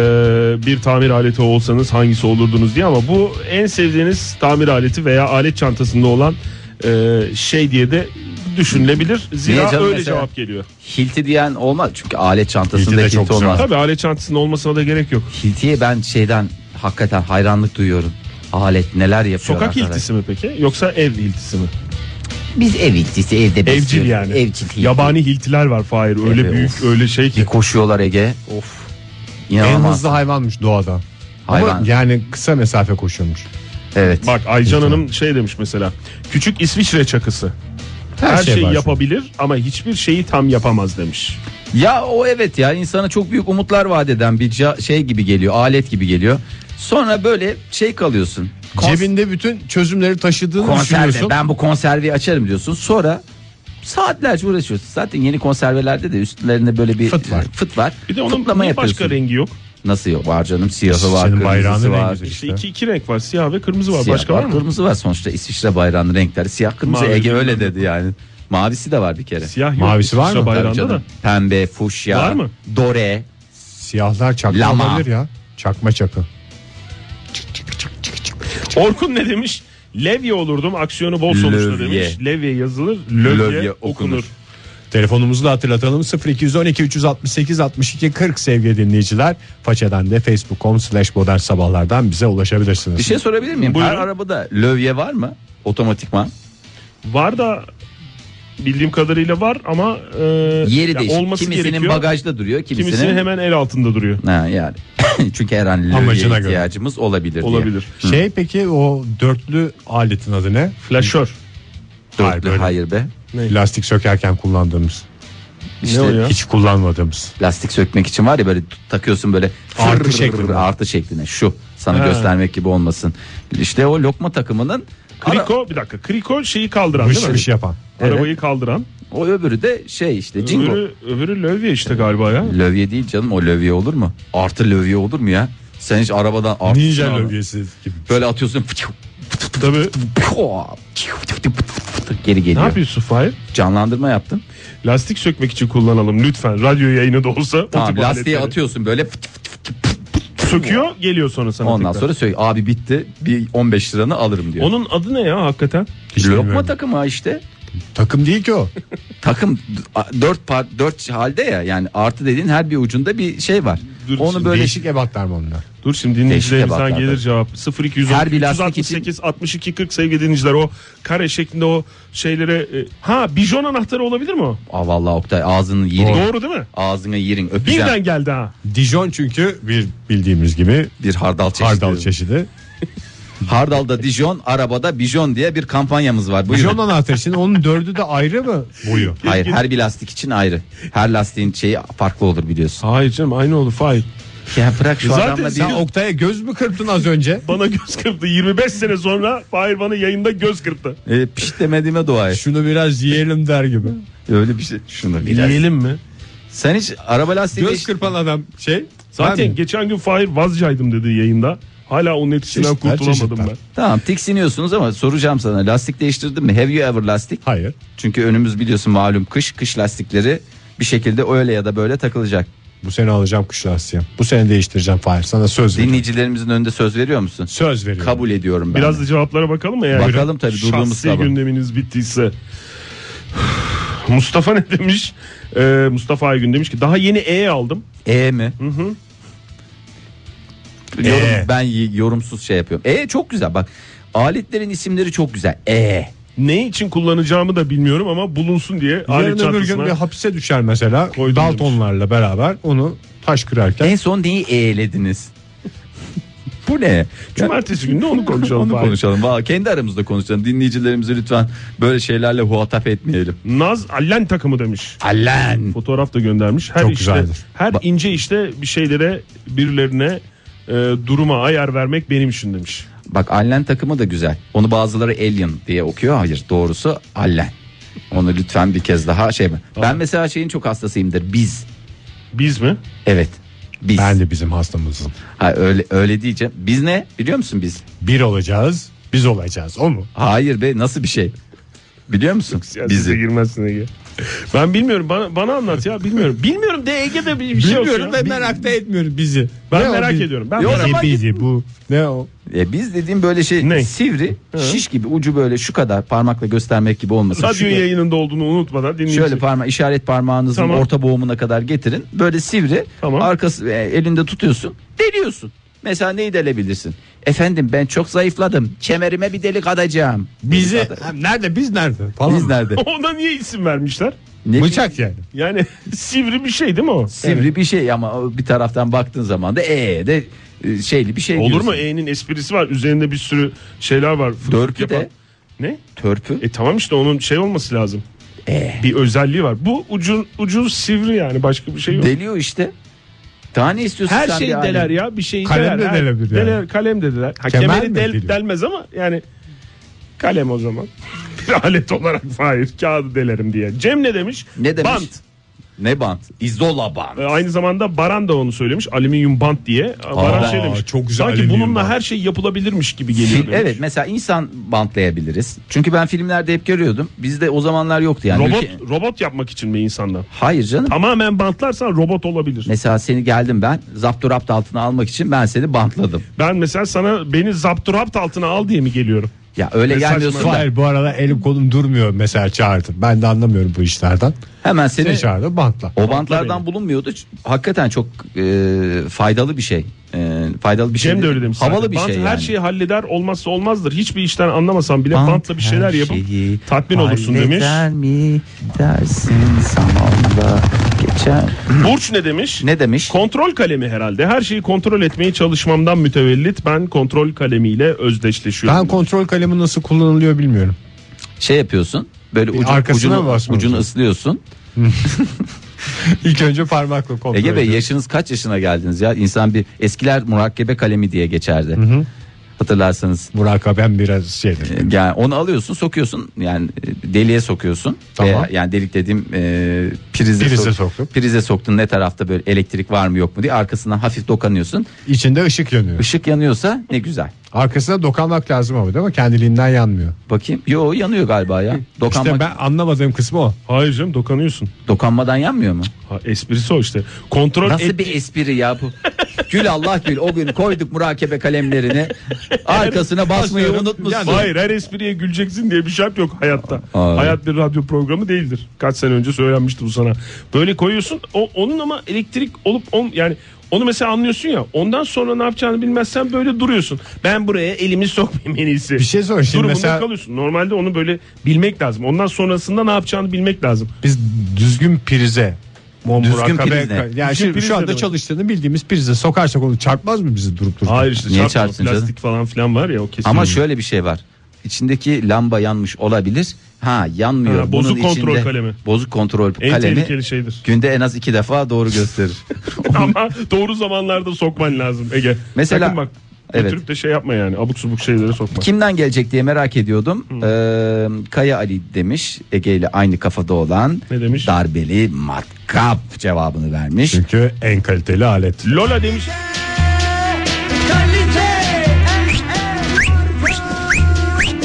S4: bir tamir aleti olsanız hangisi olurdunuz diye ama bu en sevdiğiniz tamir aleti veya alet çantasında olan e, şey diye de düşünülebilir.
S3: Niye
S4: Zira
S3: canım
S4: öyle
S3: mesela?
S4: cevap geliyor.
S3: Hilti diyen olmaz. Çünkü alet çantasında
S2: Hilti de
S3: hilti,
S2: çok güzel.
S3: olmaz.
S4: Tabii alet çantasında olmasına da gerek yok.
S3: Hiltiye ben şeyden hakikaten hayranlık duyuyorum. Alet neler yapıyor.
S4: Sokak
S3: arkadaş.
S4: hiltisi mi peki yoksa ev hiltisi mi?
S3: Biz ev hiltisi evde
S4: Evcil
S3: besliyoruz.
S4: yani.
S3: Evcil hilti.
S4: Yabani hiltiler var Fahir. Öyle
S3: Evet,
S4: büyük
S3: of.
S4: öyle şey ki.
S3: Bir koşuyorlar Ege.
S4: Of.
S2: En
S3: İnanılmaz.
S2: hızlı hayvanmış doğada.
S3: Hayvan.
S2: Ama yani kısa mesafe koşuyormuş.
S3: Evet.
S4: Bak Aycan Hanım şey demiş mesela. Küçük İsviçre çakısı. Her,
S2: şey var
S4: şeyi
S2: şimdi.
S4: yapabilir ama hiçbir şeyi tam yapamaz demiş.
S3: Ya o evet ya insana çok büyük umutlar vaat eden bir ca- şey gibi geliyor. Alet gibi geliyor. Sonra böyle şey kalıyorsun. Kons-
S2: Cebinde bütün çözümleri taşıdığını
S3: konserve.
S2: düşünüyorsun.
S3: Ben bu konserveyi açarım diyorsun. Sonra saatlerce uğraşıyorsun. Zaten yeni konservelerde de üstlerinde böyle bir
S2: Fıt var.
S3: Fıt var.
S4: Bir de onun
S3: Fıtlama
S4: niye
S3: yapıyorsun.
S4: başka rengi yok?
S3: Nasıl yok? Var canım siyahı var,
S2: Senin bayrağının
S3: kırmızısı
S2: rengi
S3: var.
S2: güzel.
S4: İşte
S2: İşte.
S4: iki, iki renk var. Siyah ve kırmızı var.
S3: Siyah
S4: başka var mı?
S3: Kırmızı var sonuçta İsviçre bayrağının renkleri. Siyah kırmızı
S4: Mavi,
S3: Ege öyle
S4: bilmem
S3: dedi yani. Mavisi de var bir kere.
S4: Siyah yok.
S2: Mavisi var
S4: İsviçre
S2: mı?
S3: Tabii
S4: Bayrağında
S3: canım.
S4: da.
S3: Pembe, fuşya,
S4: Var mı?
S3: dore.
S2: Siyahlar çakma
S3: Lama.
S2: olabilir ya. Çakma çakı.
S4: Orkun ne demiş? Levye olurdum. Aksiyonu bol sonuçta
S3: Lövye.
S4: demiş. Levye yazılır. Lövye,
S3: Lövye
S4: okunur.
S3: okunur.
S2: Telefonumuzu da hatırlatalım 0212 368 62 40 sevgili dinleyiciler. Façeden de facebook.com slash modern sabahlardan bize ulaşabilirsiniz.
S3: Bir şey sorabilir miyim?
S4: Buyurun.
S3: Her arabada lövye var mı? Otomatikman.
S4: Var da bildiğim kadarıyla var ama e,
S3: Yeri
S4: ya
S3: değişik.
S4: olması
S3: Kimisinin
S4: gerekiyor.
S3: bagajda duruyor, kimisinin,
S4: Kimisinin hemen el altında duruyor.
S3: Ha, yani. <coughs> Çünkü her an
S2: Amacına
S3: lövyeye
S2: göre.
S3: ihtiyacımız olabilir diye.
S4: Olabilir.
S2: Şey peki o dörtlü aletin adı ne?
S4: Flaşör.
S2: Hayır,
S3: Dörtlü
S2: böyle.
S3: hayır, be.
S2: Lastik sökerken kullandığımız.
S3: İşte
S4: o ya?
S2: Hiç kullanmadığımız.
S3: lastik sökmek için var ya böyle t- takıyorsun böyle
S2: Artı
S3: fırr-
S2: şeklinde.
S3: artı şeklinde şu sana
S4: Ha.
S3: göstermek gibi olmasın. İşte o lokma takımının ara-
S4: Kriko bir dakika. Kriko şeyi kaldıran
S2: Hış
S4: değil mi?
S2: hış yapan.
S3: Evet.
S4: Arabayı kaldıran.
S3: o öbürü de şey işte cingo.
S4: Öbürü, öbürü lövye işte galiba ya.
S3: Lövye değil canım o lövye olur mu? Artı lövye olur mu ya? Sen hiç arabadan artı
S2: Ninja lövyesi gibi.
S3: Böyle atıyorsun.
S4: Tabii.
S3: Geri
S4: Ne
S3: geliyor.
S4: yapıyorsun Fahir?
S3: Canlandırma yaptım.
S4: Lastik sökmek için kullanalım lütfen. Radyo yayını da olsa. o
S3: Tamam
S4: tip
S3: lastiği
S4: aletleri.
S3: atıyorsun böyle
S4: Söküyor geliyor sonra sana
S3: ondan
S4: tekrar.
S3: sonra söyle abi bitti bir 15 liranı alırım diyor.
S4: Onun adı ne ya hakikaten?
S2: Hiç
S3: Lokma
S2: bilmiyorum.
S3: takımı ha işte.
S2: Takım değil ki o.
S3: takım d- dört par dört halde ya yani artı dediğin her bir ucunda bir şey var.
S4: Dur,
S3: Onu
S4: şimdi
S3: böyle şey-
S2: Değişik ebatlar mı onlar?
S4: Dur şimdi
S3: Teşvike
S4: dinleyicilerimizden
S3: bak
S4: gelir
S3: zaten.
S4: cevap. 0210
S3: Her bir lastik
S4: 368 62 40 sevgili dinleyiciler o kare şeklinde o şeylere e, ha bijon anahtarı olabilir mi o?
S3: şey- Aa vallahi Oktay ağzını yiyin.
S4: Doğru değil mi?
S3: Ağzını yiyin öpeceğim.
S4: Birden geldi ha.
S2: Dijon çünkü bir bildiğimiz gibi
S3: bir hardal çeşidi.
S2: hardal çeşidi.
S3: Hardalda Dijon, arabada Bijon diye bir kampanyamız var. Buyurun.
S2: Dijon anahtarı için onun dördü de ayrı mı boyu?
S3: Hayır, her bir lastik için ayrı. Her lastiğin şeyi farklı olur biliyorsun.
S4: Hayır canım aynı olur Fahir.
S3: Ya bırak şu
S4: Zaten
S3: adamla bir
S2: Sen Oktay'a göz mü kırptın az önce?
S4: Bana göz kırptı 25 sene sonra Fahir bana yayında göz kırptı.
S3: e, piş demediğime dua et.
S2: Şunu biraz yiyelim der gibi.
S3: Öyle bir şey. Şunu biraz.
S4: Yiyelim mi?
S3: Sen hiç araba lastiği
S2: Göz kırpan adam şey.
S4: Zaten
S2: ben-
S4: geçen gün Fahir vazcaydım dedi yayında. Hala onun etkisinden
S2: Çeşitler,
S4: kurtulamadım
S2: çeşitler.
S4: ben.
S3: Tamam tiksiniyorsunuz ama soracağım sana lastik değiştirdin mi? Have you ever lastik?
S2: Hayır.
S3: Çünkü önümüz biliyorsun malum kış. Kış lastikleri bir şekilde öyle ya da böyle takılacak.
S2: Bu sene alacağım kuş lastiği. Bu sene değiştireceğim Fahir. Sana söz veriyorum.
S3: Dinleyicilerimizin önünde söz veriyor musun?
S2: Söz veriyorum.
S3: Kabul ediyorum ben.
S4: Biraz da cevaplara bakalım mı? Yani?
S3: Bakalım tabii, durduğumuz
S4: Şahsi
S3: sabah.
S4: gündeminiz bittiyse. <sighs> Mustafa ne demiş? Ee, Mustafa Aygün demiş ki daha yeni E aldım.
S3: E mi? Yorum,
S2: E.
S3: Ben y- yorumsuz şey yapıyorum. E çok güzel bak. Aletlerin isimleri çok güzel. E.
S4: Ne için kullanacağımı da bilmiyorum ama bulunsun diye alet
S2: Yarın öbür gün
S4: çantasına.
S2: bir hapse düşer mesela.
S4: Koydum
S2: Daltonlarla beraber onu taş kırarken.
S3: En son neyi e'lediniz? Bu ne?
S4: Cumartesi günü de onu
S3: <laughs>
S4: konuşalım.
S3: Onu
S4: Fahir.
S3: konuşalım. Vallahi kendi aramızda konuşalım. Dinleyicilerimizi lütfen böyle şeylerle muhatap etmeyelim.
S4: Naz Allen takımı demiş.
S3: Allen.
S4: <laughs> Fotoğraf da göndermiş. Her
S2: Çok
S4: işte,
S2: güzeldir.
S4: Her ince işte bir şeylere birilerine e, duruma ayar vermek benim işim demiş.
S3: Bak Allen takımı da güzel. Onu bazıları Alien diye okuyor. Hayır doğrusu Allen. Onu lütfen bir kez daha şey mi? Ben mesela şeyin çok hastasıyımdır. Biz.
S4: Biz mi?
S3: Evet. Biz.
S2: Ben de bizim hastamızın.
S3: Ha, öyle öyle diyeceğim. Biz ne? Biliyor musun biz?
S2: Bir olacağız biz olacağız o mu?
S3: Hayır be nasıl bir şey? Biliyor musun?
S4: Bize
S3: Bizi.
S4: girmezsin Ege. Ben bilmiyorum bana, bana anlat ya bilmiyorum. Bilmiyorum de Ege'de bir şey yok. ya.
S2: merak da etmiyorum bizi.
S4: Ben merak ediyorum. Ben merak
S2: bizi,
S4: ediyorum.
S2: bizi bu. Ne o?
S3: E, biz dediğim böyle şey
S4: Ne?
S3: sivri, şiş gibi ucu böyle şu kadar parmakla göstermek gibi olmasın. Şu
S4: Radyo
S3: kadar-
S4: yayınında olduğunu unutmadan dinleyin.
S3: Şöyle parma işaret parmağınızın
S4: Tamam.
S3: orta boğumuna kadar getirin. Böyle sivri
S4: Tamam.
S3: arkası e, elinde tutuyorsun. Deliyorsun. Mesela neyi delebilirsin? Efendim ben çok zayıfladım. Çemerime bir delik atacağım.
S2: Bizi nerede biz nerede? Falan.
S3: Biz nerede?
S4: <laughs> Ona niye isim vermişler?
S3: Ne
S2: Bıçak yani.
S4: Yani <laughs> sivri bir şey değil mi o?
S3: Sivri bir şey ama bir taraftan baktığın zaman da e de e, şeyli bir şey
S4: Olur
S3: diyorsun.
S4: mu? E'nin esprisi var. Üzerinde bir sürü şeyler var. Fıkıh
S3: Dörpü
S4: yapan.
S3: de.
S4: Ne?
S3: Törpü.
S4: E tamam işte onun şey olması lazım.
S3: E.
S4: Bir özelliği var. Bu ucun ucun sivri yani başka bir şey yok.
S3: Deliyor işte. Daha ne istiyorsun
S4: Her
S3: sen
S4: şeyi
S3: bir alet?
S4: deler ya bir şeyi
S2: Kalem
S4: deler.
S2: de
S4: Ha,
S2: delebilir yani.
S4: Deler, kalem de deler. Ha,
S2: Kemer
S4: kemeri
S2: mi
S4: del-
S2: deliyor?
S4: delmez ama yani kalem o zaman. <laughs> bir alet olarak hayır kağıdı delerim diye. Cem ne demiş?
S3: Ne demiş?
S4: Bant.
S3: Ne bant? İzola bant.
S4: E, Aynı zamanda Baran da onu söylemiş. Alüminyum bant diye. Baran şey demiş.
S2: çok güzel
S4: Sanki
S2: alüminyum
S4: bununla
S2: bant.
S4: her şey yapılabilirmiş gibi geliyor.
S3: Fil-
S4: demiş.
S3: evet mesela insan bantlayabiliriz. Çünkü ben filmlerde hep görüyordum. Bizde o zamanlar yoktu yani.
S4: Robot
S3: Ülke-
S4: robot yapmak için mi insanlar?
S3: Hayır canım.
S4: Tamamen bantlarsan robot olabilir.
S3: Mesela seni geldim ben zapturapt altına almak için ben seni bantladım.
S4: Ben mesela sana beni zapturapt altına al diye mi geliyorum?
S3: Ya öyle
S4: Ne
S3: gelmiyorsun
S4: saçma.
S3: da
S2: Hayır bu arada elim kolum durmuyor mesela çağırdım. Ben de anlamıyorum bu işlerden.
S3: hemen
S2: Seni
S3: seni
S2: çağırdı bantla.
S3: o bantlardan bulunmuyordu. Ç- Hakikaten çok e, faydalı bir şey. E, faydalı bir şey.
S4: Cem de
S3: değil.
S4: öyle demiş.
S3: Havalı
S4: zaten.
S3: bir
S4: Bant
S3: şey.
S4: her
S3: yani.
S4: şeyi halleder olmazsa olmazdır. Hiçbir işten anlamasam bile
S3: Bant
S4: bantla bir şeyler
S3: her
S4: yapıp
S3: şeyi
S4: tatmin olursun demiş.
S3: halleder mi dersin zamanla geçer.
S4: Burç ne demiş?
S3: Ne demiş?
S4: Kontrol kalemi herhalde. Her şeyi kontrol etmeye çalışmamdan mütevellit ben kontrol kalemiyle özdeşleşiyorum.
S2: Ben kontrol kalemi nasıl kullanılıyor bilmiyorum. <laughs>
S3: şey yapıyorsun. Böyle ucu,
S2: arkasına mı
S3: ucunu,
S2: basmamız
S3: ucunu
S2: lazım?
S3: ıslıyorsun.
S2: İlk önce parmakla kontrol
S3: Ege Bey
S2: ediyorum.
S3: yaşınız kaç yaşına geldiniz ya? İnsan bir eskiler murakkebe kalemi diye geçerdi. Hatırlarsanız.
S2: Murakaben biraz şeydir.
S3: E, Yani onu alıyorsun, sokuyorsun. Yani e, deliğe sokuyorsun.
S2: Tamam.
S3: Veya yani delik dediğim e, prize,
S2: Prize soktum.
S3: Prize soktun. Ne tarafta böyle elektrik var mı yok mu diye arkasından hafif dokanıyorsun.
S2: İçinde ışık yanıyor.
S3: Işık yanıyorsa ne güzel.
S2: Arkasına dokanmak lazım ama değil mi? Kendiliğinden yanmıyor.
S3: Bakayım. Yo yanıyor galiba ya. Dokanma,
S2: İşte ben anlamadığım kısmı o.
S4: Hayır canım dokanıyorsun.
S3: Dokanmadan yanmıyor mu?
S4: Ha, esprisi o işte. Kontrol
S3: Nasıl
S4: et-
S3: bir espri ya bu? gül Allah gül. O gün koyduk murakebe kalemlerini. Arkasına basmayı unutmuşsun.
S4: Hayır her espriye güleceksin diye bir şart yok hayatta.
S3: Abi.
S4: Hayat bir radyo programı değildir. Kaç sene önce söylenmişti bu sana. Böyle koyuyorsun o, onun ama elektrik olup on, yani onu mesela anlıyorsun ya ondan sonra ne yapacağını bilmezsen böyle duruyorsun. Ben buraya elimi sokmayayım en iyisi.
S2: Bir şey sorayım. Şimdi
S4: Durumunda
S2: mesela-
S4: kalıyorsun. Normalde onu böyle bilmek lazım. Ondan sonrasında ne yapacağını bilmek lazım.
S2: Biz düzgün prize Mom
S3: Düzgün
S2: murakabe-
S3: priz ne?
S2: Yani
S4: Düzgün
S2: şimdi
S4: priz
S2: şu
S4: ne
S2: anda
S4: demek?
S2: çalıştığını bildiğimiz prize sokarsak onu çarpmaz mı bizi durup durup?
S4: Hayır işte
S3: Niye
S4: çarpma,
S3: çarpsın canım?
S4: plastik falan filan var ya o kesin.
S3: Ama şöyle bir şey var. İçindeki lamba yanmış olabilir. Ha yanmıyor.
S4: Ha, bozuk
S3: Bunun
S4: kontrol
S3: içinde-
S4: kalemi.
S3: Bozuk kontrol
S4: en
S3: kalemi.
S4: tehlikeli şey. şeydir.
S3: Günde en az iki defa doğru
S4: <laughs>
S3: gösterir.
S4: Ama doğru zamanlarda sokman lazım Ege.
S3: Mesela-
S4: Sakın bak.
S3: Evet.
S4: Götürüp de şey yapma yani abuk subuk şeyleri sokma.
S3: Kimden gelecek diye merak ediyordum.
S4: Hmm.
S3: Ee, Kaya Ali demiş. Ege ile aynı kafada olan
S4: Ne demiş? Şey.
S3: darbeli matkap cevabını vermiş.
S2: Çünkü en kaliteli alet.
S4: Lola demiş.
S3: Lola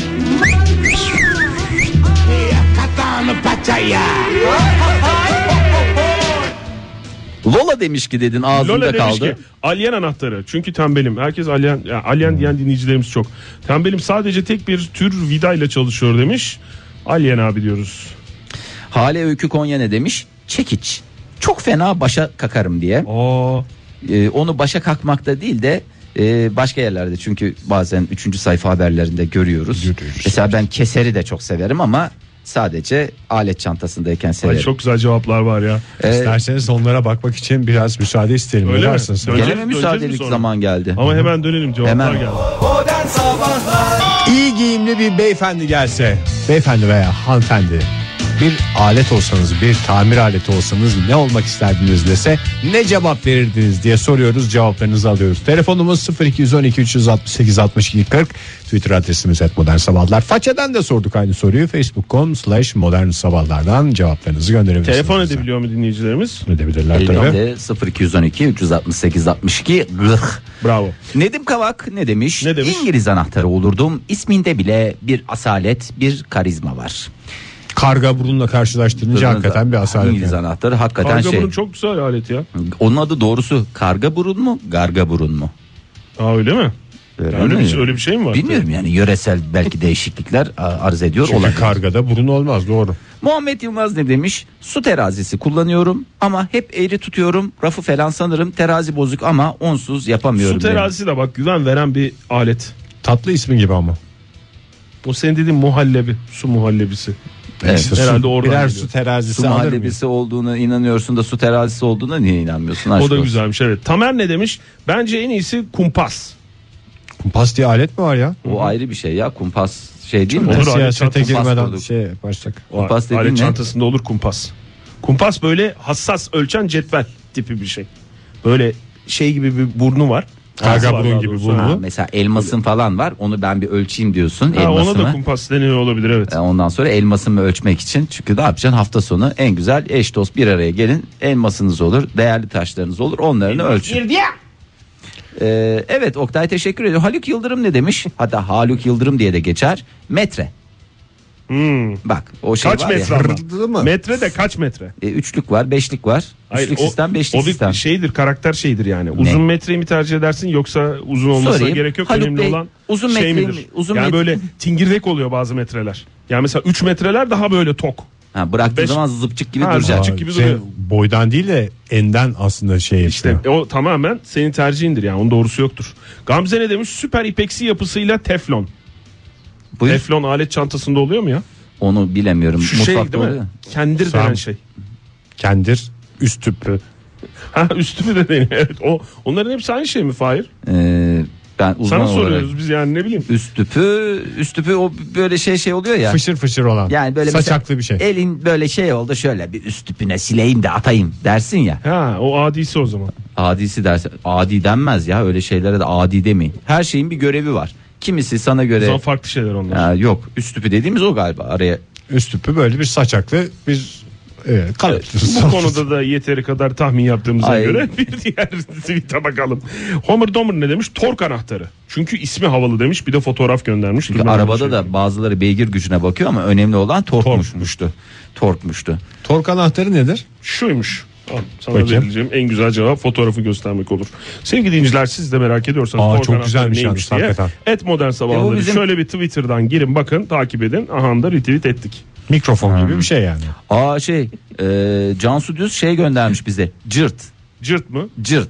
S3: Lola demiş ki dedin ağzında
S4: Lola demiş
S3: kaldı.
S4: ki alien anahtarı. Çünkü tembelim. Herkes alien, ya, alien diyen dinleyicilerimiz çok. Tembelim sadece tek bir tür vidayla çalışıyor demiş. Alien abi diyoruz.
S3: Hale Öykü Konya ne demiş? Çekiç. Çok fena başa kakarım diye.
S4: Aa,
S3: Ee, onu başa kakmakta değil de e, başka yerlerde çünkü bazen 3. sayfa haberlerinde görüyoruz.
S2: Görüyoruz.
S3: Mesela ben keseri de çok severim ama sadece alet çantasındayken
S4: ay
S3: severim.
S4: çok güzel cevaplar var ya.
S3: Ee,
S2: İsterseniz onlara bakmak için biraz müsaade isteyelim.
S4: Öyle
S2: Ne
S4: mi?
S2: dersiniz?
S4: Döneceğiz-
S3: Gene mi
S4: döneceğiz mi
S3: müsaadelik
S4: sonra?
S3: zaman geldi.
S4: Ama hemen dönelim cevaplar
S3: Hemen.
S4: geldi.
S1: Modern Sabahlar
S2: İyi giyimli bir beyefendi gelse, beyefendi veya hanımefendi bir alet olsanız, bir tamir aleti olsanız ne olmak isterdiniz dese ne cevap verirdiniz diye soruyoruz cevaplarınızı alıyoruz. Telefonumuz 0212 368 62 40 Twitter adresimiz et modern sabahlar. Façeden de sorduk aynı soruyu facebook.com slash modern sabahlardan cevaplarınızı gönderebilirsiniz.
S4: Telefon
S2: bize.
S4: edebiliyor mu dinleyicilerimiz?
S2: Edebilirler tabii.
S3: Elinde 0212 368 62 gıh.
S4: Bravo.
S3: Nedim Kavak ne demiş?
S4: Ne demiş?
S3: İngiliz anahtarı olurdum. İsminde bile bir asalet, bir karizma var.
S2: Karga burunla karşılaştırınca hakikaten bir asalet.
S3: İngiliz
S2: yani.
S3: anahtarı hakikaten
S4: Karga
S3: şey.
S4: burun çok güzel alet ya.
S3: Onun adı doğrusu karga burun mu, garga burun mu?
S4: Aa öyle mi? Öyle bir,
S3: mi?
S4: öyle bir şey mi var?
S3: Bilmiyorum yani yöresel belki değişiklikler a- arz ediyor
S2: Çünkü
S3: olabilir.
S2: kargada burun olmaz doğru.
S3: Muhammed Yılmaz ne demiş? Su terazisi kullanıyorum ama hep eğri tutuyorum. Rafı falan sanırım terazi bozuk ama onsuz yapamıyorum.
S4: Su terazisi de bak güven veren bir alet.
S2: Tatlı ismi gibi ama.
S4: O senin dediğin muhallebi. Su muhallebisi.
S3: Evet,
S2: İşte
S4: herhalde
S2: su,
S4: oradan
S2: birer
S4: geliyor.
S2: su terazisi
S3: Su
S2: alır mıyım?
S3: muhallebisi olduğunu inanıyorsun da su terazisi olduğuna niye inanmıyorsun? Aşk
S4: O da
S3: olsun.
S4: güzelmiş evet. Tamer ne demiş? Bence en iyisi kumpas.
S2: Kumpas diye alet mi var ya? Hani
S3: O ayrı bir şey ya kumpas şey değil mi?
S4: Olur. alet
S2: Siyasete
S4: çantası
S2: girmeden
S3: bastırdık.
S2: şey yaparsak.
S4: O
S3: Kumpas dediğin
S4: alet
S3: ne?
S4: çantasında olur kumpas. Kumpas böyle hassas ölçen cetvel tipi bir şey. Böyle şey gibi bir burnu var.
S2: Karga
S4: Ağzı var
S2: burun
S4: daha
S2: gibi
S4: doğrusu.
S2: burnu.
S3: Ha, mesela elmasın falan var onu ben bir ölçeyim diyorsun
S4: Ha, ona da
S3: elmasını.
S4: kumpas deniyor olabilir evet.
S3: E, Ondan sonra elmasımı ölçmek için çünkü ne yapacaksın hafta sonu en güzel eş dost bir araya gelin elmasınız olur değerli taşlarınız olur onlarını ölçün. E, evet Oktay teşekkür ediyor. Haluk Yıldırım ne demiş? Hatta Haluk Yıldırım diye de geçer. Metre.
S4: Hmm.
S3: Bak o şey
S4: Kaç
S3: var ya.
S4: metre ama?
S2: Hırdı mı?
S4: Metre de kaç metre?
S3: E, üçlük var, beşlik var. üçlük sistem, beşlik
S4: o bir şey.
S3: sistem.
S4: şeydir karakter şeyidir yani. Uzun metreyi mi tercih edersin yoksa uzun olmasına
S3: Sorayım.
S4: gerek yok.
S3: Haluk
S4: Önemli
S3: Bey,
S4: olan
S3: uzun
S4: şey
S3: metreyi
S4: midir?
S3: mi- uzun
S4: yani
S3: metre-
S4: böyle tingirlek oluyor bazı metreler. Yani mesela 3 metreler daha böyle tok.
S3: Ha, bıraktığı
S4: Beş-
S3: zaman zıpçık gibi
S4: Ha,
S3: duracak.
S4: zıpçık. gibi
S2: şey,
S4: duruyor.
S2: boydan değil de enden aslında şey
S4: İşte
S2: yapıyor.
S4: o tamamen senin tercihindir yani onun doğrusu yoktur. Gamze ne demiş? Süper ipeksi yapısıyla teflon.
S3: Buyur.
S4: Teflon alet çantasında oluyor mu ya?
S3: Onu bilemiyorum.
S4: Şu şey
S3: Mutfakta
S4: değil
S3: oluyor.
S4: mi? Kendir
S2: Sam.
S4: denen şey.
S2: Kendir, üst tüpü.
S4: Ha <laughs> üstümü de deniyor. Evet, o, onların hepsi aynı şey mi Fahir?
S3: Ee, ben uzman
S4: Sana
S3: olarak.
S4: soruyoruz biz yani ne bileyim.
S3: Üst tüpü, üst tüpü o böyle şey şey oluyor ya.
S2: Fışır fışır olan.
S3: Yani böyle
S2: saçaklı bir
S3: mesela
S2: şey.
S3: Elin böyle şey oldu şöyle bir üst tüpüne sileyim de atayım dersin ya.
S4: Ha o adisi o zaman.
S3: Adisi dersin. Adi denmez ya öyle şeylere de adi demeyin. Her şeyin bir görevi var. Kimisi sana
S4: O zaman
S3: göre
S4: farklı şeyler onlar.
S3: Ha, yok üst tüpü dediğimiz o galiba araya.
S2: Üst tüpü böyle bir saçaklı bir evet, kalıptır.
S4: Bu konuda da yeteri kadar tahmin yaptığımıza
S3: Ay.
S4: göre <laughs> bir diğer tweet'e bakalım. Homer Domer ne demiş? Tork anahtarı. Çünkü ismi havalı demiş bir de fotoğraf göndermiş.
S3: Çünkü
S4: Dur ben
S3: arabada
S4: şey-
S3: da bazıları beygir gücüne bakıyor ama önemli olan torkmuşmuştu. Torkmuştu.
S2: Tork anahtarı nedir?
S4: Şuymuş. Al, Sana
S2: Bakayım.
S4: verileceğim en güzel cevap fotoğrafı göstermek olur. Sevgili dinleyiciler siz de merak ediyorsanız
S2: Aa,
S4: Torkan
S2: çok
S4: Aktar
S2: güzelmiş
S4: neymiş
S2: yalnız,
S4: diye.
S2: hakikaten.
S4: Et modern
S3: E,
S4: sabahları
S3: o bizim-
S4: şöyle bir Twitter'dan girin bakın takip edin. Aha da retweet ettik.
S2: Mikrofon gibi bir şey yani.
S3: Aa şey e, Cansu Düz şey göndermiş bize cırt
S4: Cırt mı?
S3: cırt.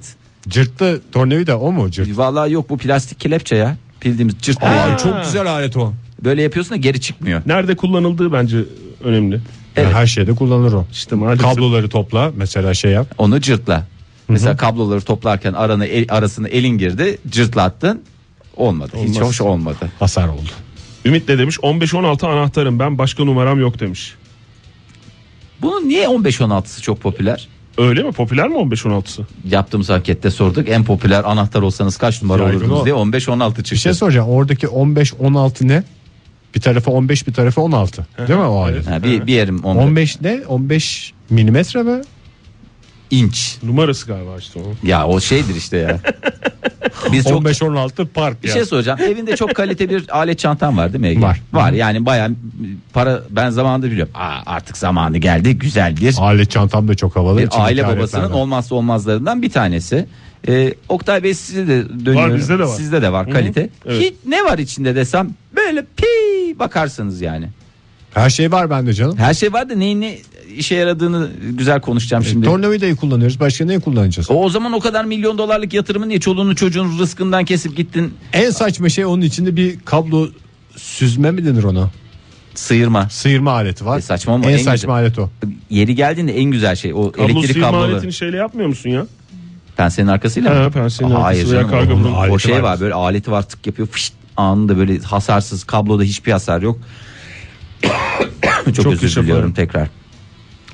S2: Cırtlı tornavida o mu cırt?
S3: Vallahi yok bu plastik kelepçe ya. Bildiğimiz cırt.
S4: Aa, çok
S2: güzel alet o.
S3: Böyle yapıyorsun da geri çıkmıyor.
S4: Nerede kullanıldığı bence önemli.
S3: Evet.
S2: Her şeyde kullanır o.
S4: İşte maalesef.
S2: Kabloları topla mesela şey yap.
S3: Onu cırtla. Mesela kabloları toplarken aranı el, arasını elin girdi, cırtlattın. Olmadı. Hiç
S4: Olmaz.
S3: hoş olmadı.
S2: Hasar oldu.
S4: Ümit ne demiş? 15-16 anahtarım ben başka numaram yok demiş.
S3: Bunun niye 15-16'sı çok popüler?
S4: Öyle mi? Popüler mi 15-16'sı?
S3: Yaptığımız ankette sorduk. En popüler anahtar olsanız kaç numara
S2: Yaygın
S3: olurdunuz
S2: o.
S3: diye 15-16 çıktı.
S2: Bir şey soracağım. Oradaki 15-16 ne? Bir tarafı 15 bir tarafı 16. Değil mi o alet?
S3: Ha, bir, bir yerim 15.
S2: 15 ne? 15 milimetre mi?
S3: inç.
S4: Numarası galiba işte o.
S3: Ya o şeydir işte ya. Biz çok
S2: 15-16 park
S3: bir
S2: ya.
S3: şey soracağım. Evinde çok kalite bir alet çantan var değil mi Ege?
S2: Var.
S3: Var yani bayağı para ben zamanında biliyorum. Aa, artık zamanı geldi güzel bir
S2: Aile çantam da çok havalı.
S3: bir
S2: İçindeki
S3: aile
S2: aletlerden.
S3: babasının olmazsa olmazlarından bir tanesi. Ee, Oktay Bey size de dönüyorum.
S4: Var, bizde de var.
S3: Sizde de var kalite.
S4: evet.
S3: Hiç ne var içinde desem böyle pi bakarsınız yani.
S2: Her şey var bende canım.
S3: Her şey var da neyin ne işe yaradığını güzel
S4: E,
S3: konuşacağım şimdi.
S2: Tornavidayı E, kullanıyoruz. Başka ne kullanacağız?
S3: o, o zaman o kadar milyon dolarlık yatırımı niye çoluğunu çocuğun rızkından kesip gittin
S2: En saçma şey onun içinde bir kablo süzme mi denir ona?
S3: sıyırma.
S2: Sıyırma aleti var.
S3: E, saçma ama
S2: en,
S3: en
S2: saçma
S3: güzel.
S2: alet o.
S3: Yeri geldiğinde en güzel şey o
S4: Kablo
S3: elektrik
S4: sıyırma
S3: kabloları.
S4: aletini şeyle yapmıyor musun ya?
S3: Pensenin arkasıyla
S4: Ha,
S3: mı?
S4: pensenin
S3: Aa,
S4: arkası veya
S3: canım,
S4: kargo
S3: onun
S4: bunun
S3: O
S2: aleti
S3: şey var.
S2: var.
S3: böyle aleti var tık yapıyor fışt, anında böyle hasarsız kabloda hiçbir hasar yok. <laughs> Çok,
S4: Çok
S3: özür
S4: yaşa
S3: diliyorum
S4: falan.
S3: tekrar.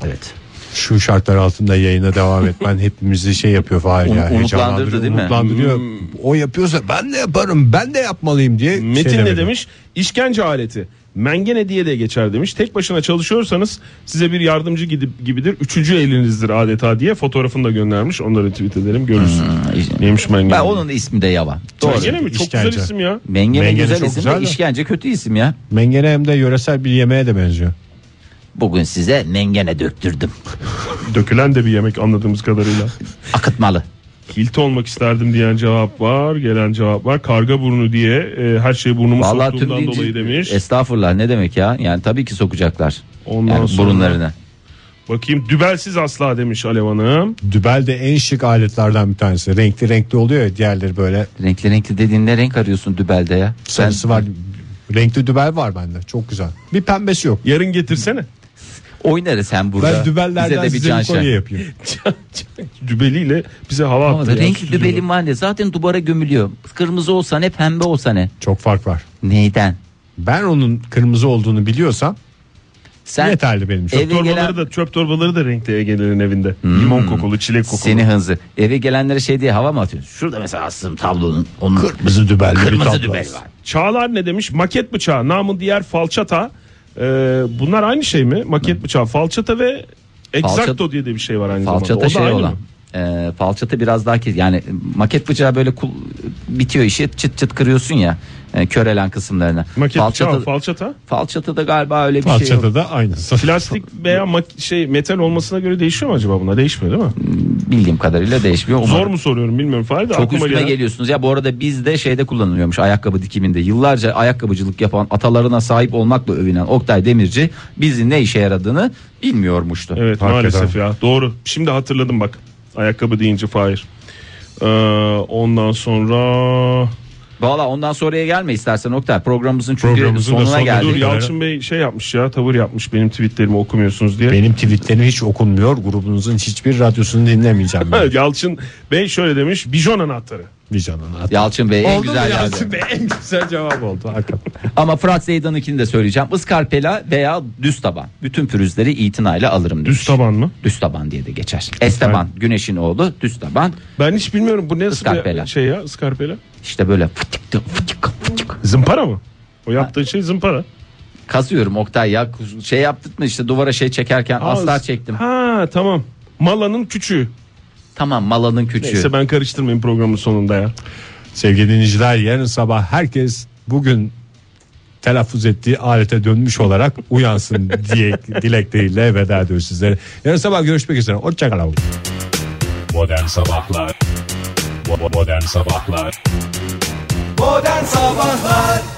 S3: Evet.
S2: Şu şartlar altında yayına devam etmen hepimizi şey yapıyor Fahir
S3: Onu-
S2: ya.
S3: umutlandırdı
S2: heyecanlandırıyor,
S3: değil mi?
S2: umutlandırıyor. O yapıyorsa ben de yaparım ben de yapmalıyım diye.
S4: Metin
S2: şey
S4: ne
S2: demedim.
S4: demiş? İşkence aleti. Mengene diye de geçer demiş. Tek başına çalışıyorsanız size bir yardımcı gidip gibidir. Üçüncü elinizdir adeta diye fotoğrafını da göndermiş. Onları tweet edelim görürsün. Neymiş mengene?
S3: Hmm, Ben onun ismi de Yavan. Doğru.
S4: Mengene mi? Çok
S2: İşkence.
S4: güzel isim ya.
S3: Mengene,
S2: Mengene
S3: güzel
S2: çok
S3: isim
S2: güzel
S3: de
S2: de.
S3: işkence kötü isim ya.
S2: Mengene hem de yöresel bir yemeğe de benziyor.
S3: Bugün size mengene döktürdüm.
S4: Dökülen de bir yemek anladığımız kadarıyla.
S3: Akıtmalı.
S4: Hilti olmak isterdim diyen cevap var. Gelen cevap var. Karga burnu diye e, her şeyi burnumu
S3: Vallahi tüm
S4: soktuğumdan
S3: dinci-
S4: dolayı demiş.
S3: Estağfurullah ne demek ya? Yani tabii ki sokacaklar.
S4: Ondan
S3: yani
S4: sonra-
S3: burunlarına.
S4: Bakayım dübelsiz asla demiş Alev Hanım.
S2: Dübel de en şık aletlerden bir tanesi. Renkli renkli oluyor ya diğerleri böyle
S3: Renkli renkli dediğin ne renk arıyorsun dübelde ya?
S2: sarısı var. Renkli dübel var bende çok güzel. Bir pembesi yok.
S4: Yarın getirsene.
S3: Oynarız hem
S2: Ben
S3: burada.
S2: dübellerden
S3: Bize de bir
S2: size
S3: can
S2: bir
S3: şen.
S2: kolye yapayım.
S4: Dübeliyle bize hava
S3: Ama
S4: attı. ya,
S3: renkli
S4: stüdyoda.
S3: dübelim var ne zaten duvara gömülüyor. Kırmızı olsa ne pembe olsa ne?
S2: Çok fark var.
S3: Neyden?
S2: Ben onun kırmızı olduğunu biliyorsam
S3: Sen
S2: yeterli benim için.
S3: Ev-
S4: Çöp
S3: Eve
S4: torbaları
S3: gelen- Hmm.
S4: da çöp torbaları da renkli Ege'lerin evinde. Limon kokulu, çilek kokulu.
S3: seni hızlı. Eve gelenlere şey diye hava mı atıyorsun? Şurada mesela astım tablonun. Onun
S2: Kırmızı dübelli bir
S3: kırmızı
S2: tablo.
S3: dübel var.
S4: Çağlar ne demiş? Maket bıçağı, namı diğer falçata. Ee, bunlar aynı şey mi? Maket
S3: Hmm.
S4: bıçağı, falçata ve exacto diye de bir şey var aynı zamanda.
S3: Falçata
S4: O da
S3: şey
S4: aynı
S3: olan.
S4: mı?
S3: Ee, falçata biraz daha kes yani maket bıçağı böyle kul, bitiyor işi çıt çıt kırıyorsun ya e, körelen kısımlarını.
S4: Maket
S3: falçata,
S4: bıçağı, falçata.
S3: falçata da galiba öyle bir şey yok.
S2: Alçada da aynısı.
S4: Plastik veya mak- şey metal olmasına göre değişiyor mu acaba bunlar? Değişmiyor değil mi?
S3: Bildiğim kadarıyla değişmiyor. Umarım.
S4: Zor mu soruyorum bilmiyorum. Fahri de
S3: Çok
S4: aklıma
S3: üstüne
S4: gelen-
S3: geliyorsunuz ya bu arada bizde şeyde kullanılıyormuş ayakkabı dikiminde yıllarca ayakkabıcılık yapan atalarına sahip olmakla övünen Oktay Demirci bizi ne işe yaradığını bilmiyormuştu.
S4: Evet
S2: Hakikaten.
S4: maalesef ya doğru. Şimdi hatırladım bak ayakkabı deyince Fahir. Ee, ondan sonra
S3: Valla ondan sonraya gelme istersen Oktay programımızın çünkü
S2: Programımızın da
S3: sonuna
S2: sonu.
S3: geldik.
S4: Dur
S2: Geldik.
S4: Yalçın Bey şey yapmış ya tavır yapmış benim tweetlerimi okumuyorsunuz diye.
S2: Benim tweetlerim hiç okunmuyor. Grubunuzun hiçbir radyosunu dinlemeyeceğim. Ben.
S4: Evet, Yalçın Bey şöyle demiş bijon anahtarı.
S2: Vicdanına at-
S3: Yalçın Bey en
S4: Oldu mu
S3: güzel
S4: Yalçın
S3: yerde.
S4: Bey en güzel cevap oldu.
S2: Hakikaten.
S3: <laughs> Ama Fırat Zeydan'ınkini de söyleyeceğim. Iskarpela veya düz taban. Bütün pürüzleri itinayla alırım demiş.
S4: Düz taban mı?
S3: Düz taban diye de geçer. Esteban Güneş'in oğlu düz taban.
S4: Ben hiç bilmiyorum bu ne nasıl
S3: Iskarpela.
S4: bir şey ya Scarpella.
S3: İşte böyle fıtık fıtık fıtık
S4: Zımpara mı? O yaptığı şey zımpara.
S3: Kazıyorum Oktay ya şey yaptık mı işte duvara şey çekerken aslar
S4: Ağız-
S3: çektim.
S4: Ha tamam. Malanın küçüğü.
S3: Tamam malanın küçüğü.
S4: Neyse ben karıştırmayayım programın sonunda ya.
S2: Sevgili dinleyiciler yarın sabah herkes bugün telaffuz ettiği alete dönmüş olarak uyansın <laughs> diye dilekleriyle veda ediyoruz sizlere. Yarın sabah görüşmek üzere. Hoşçakalın.
S5: Modern Sabahlar Bo- Modern Sabahlar
S1: Oh, Modern Sabahlar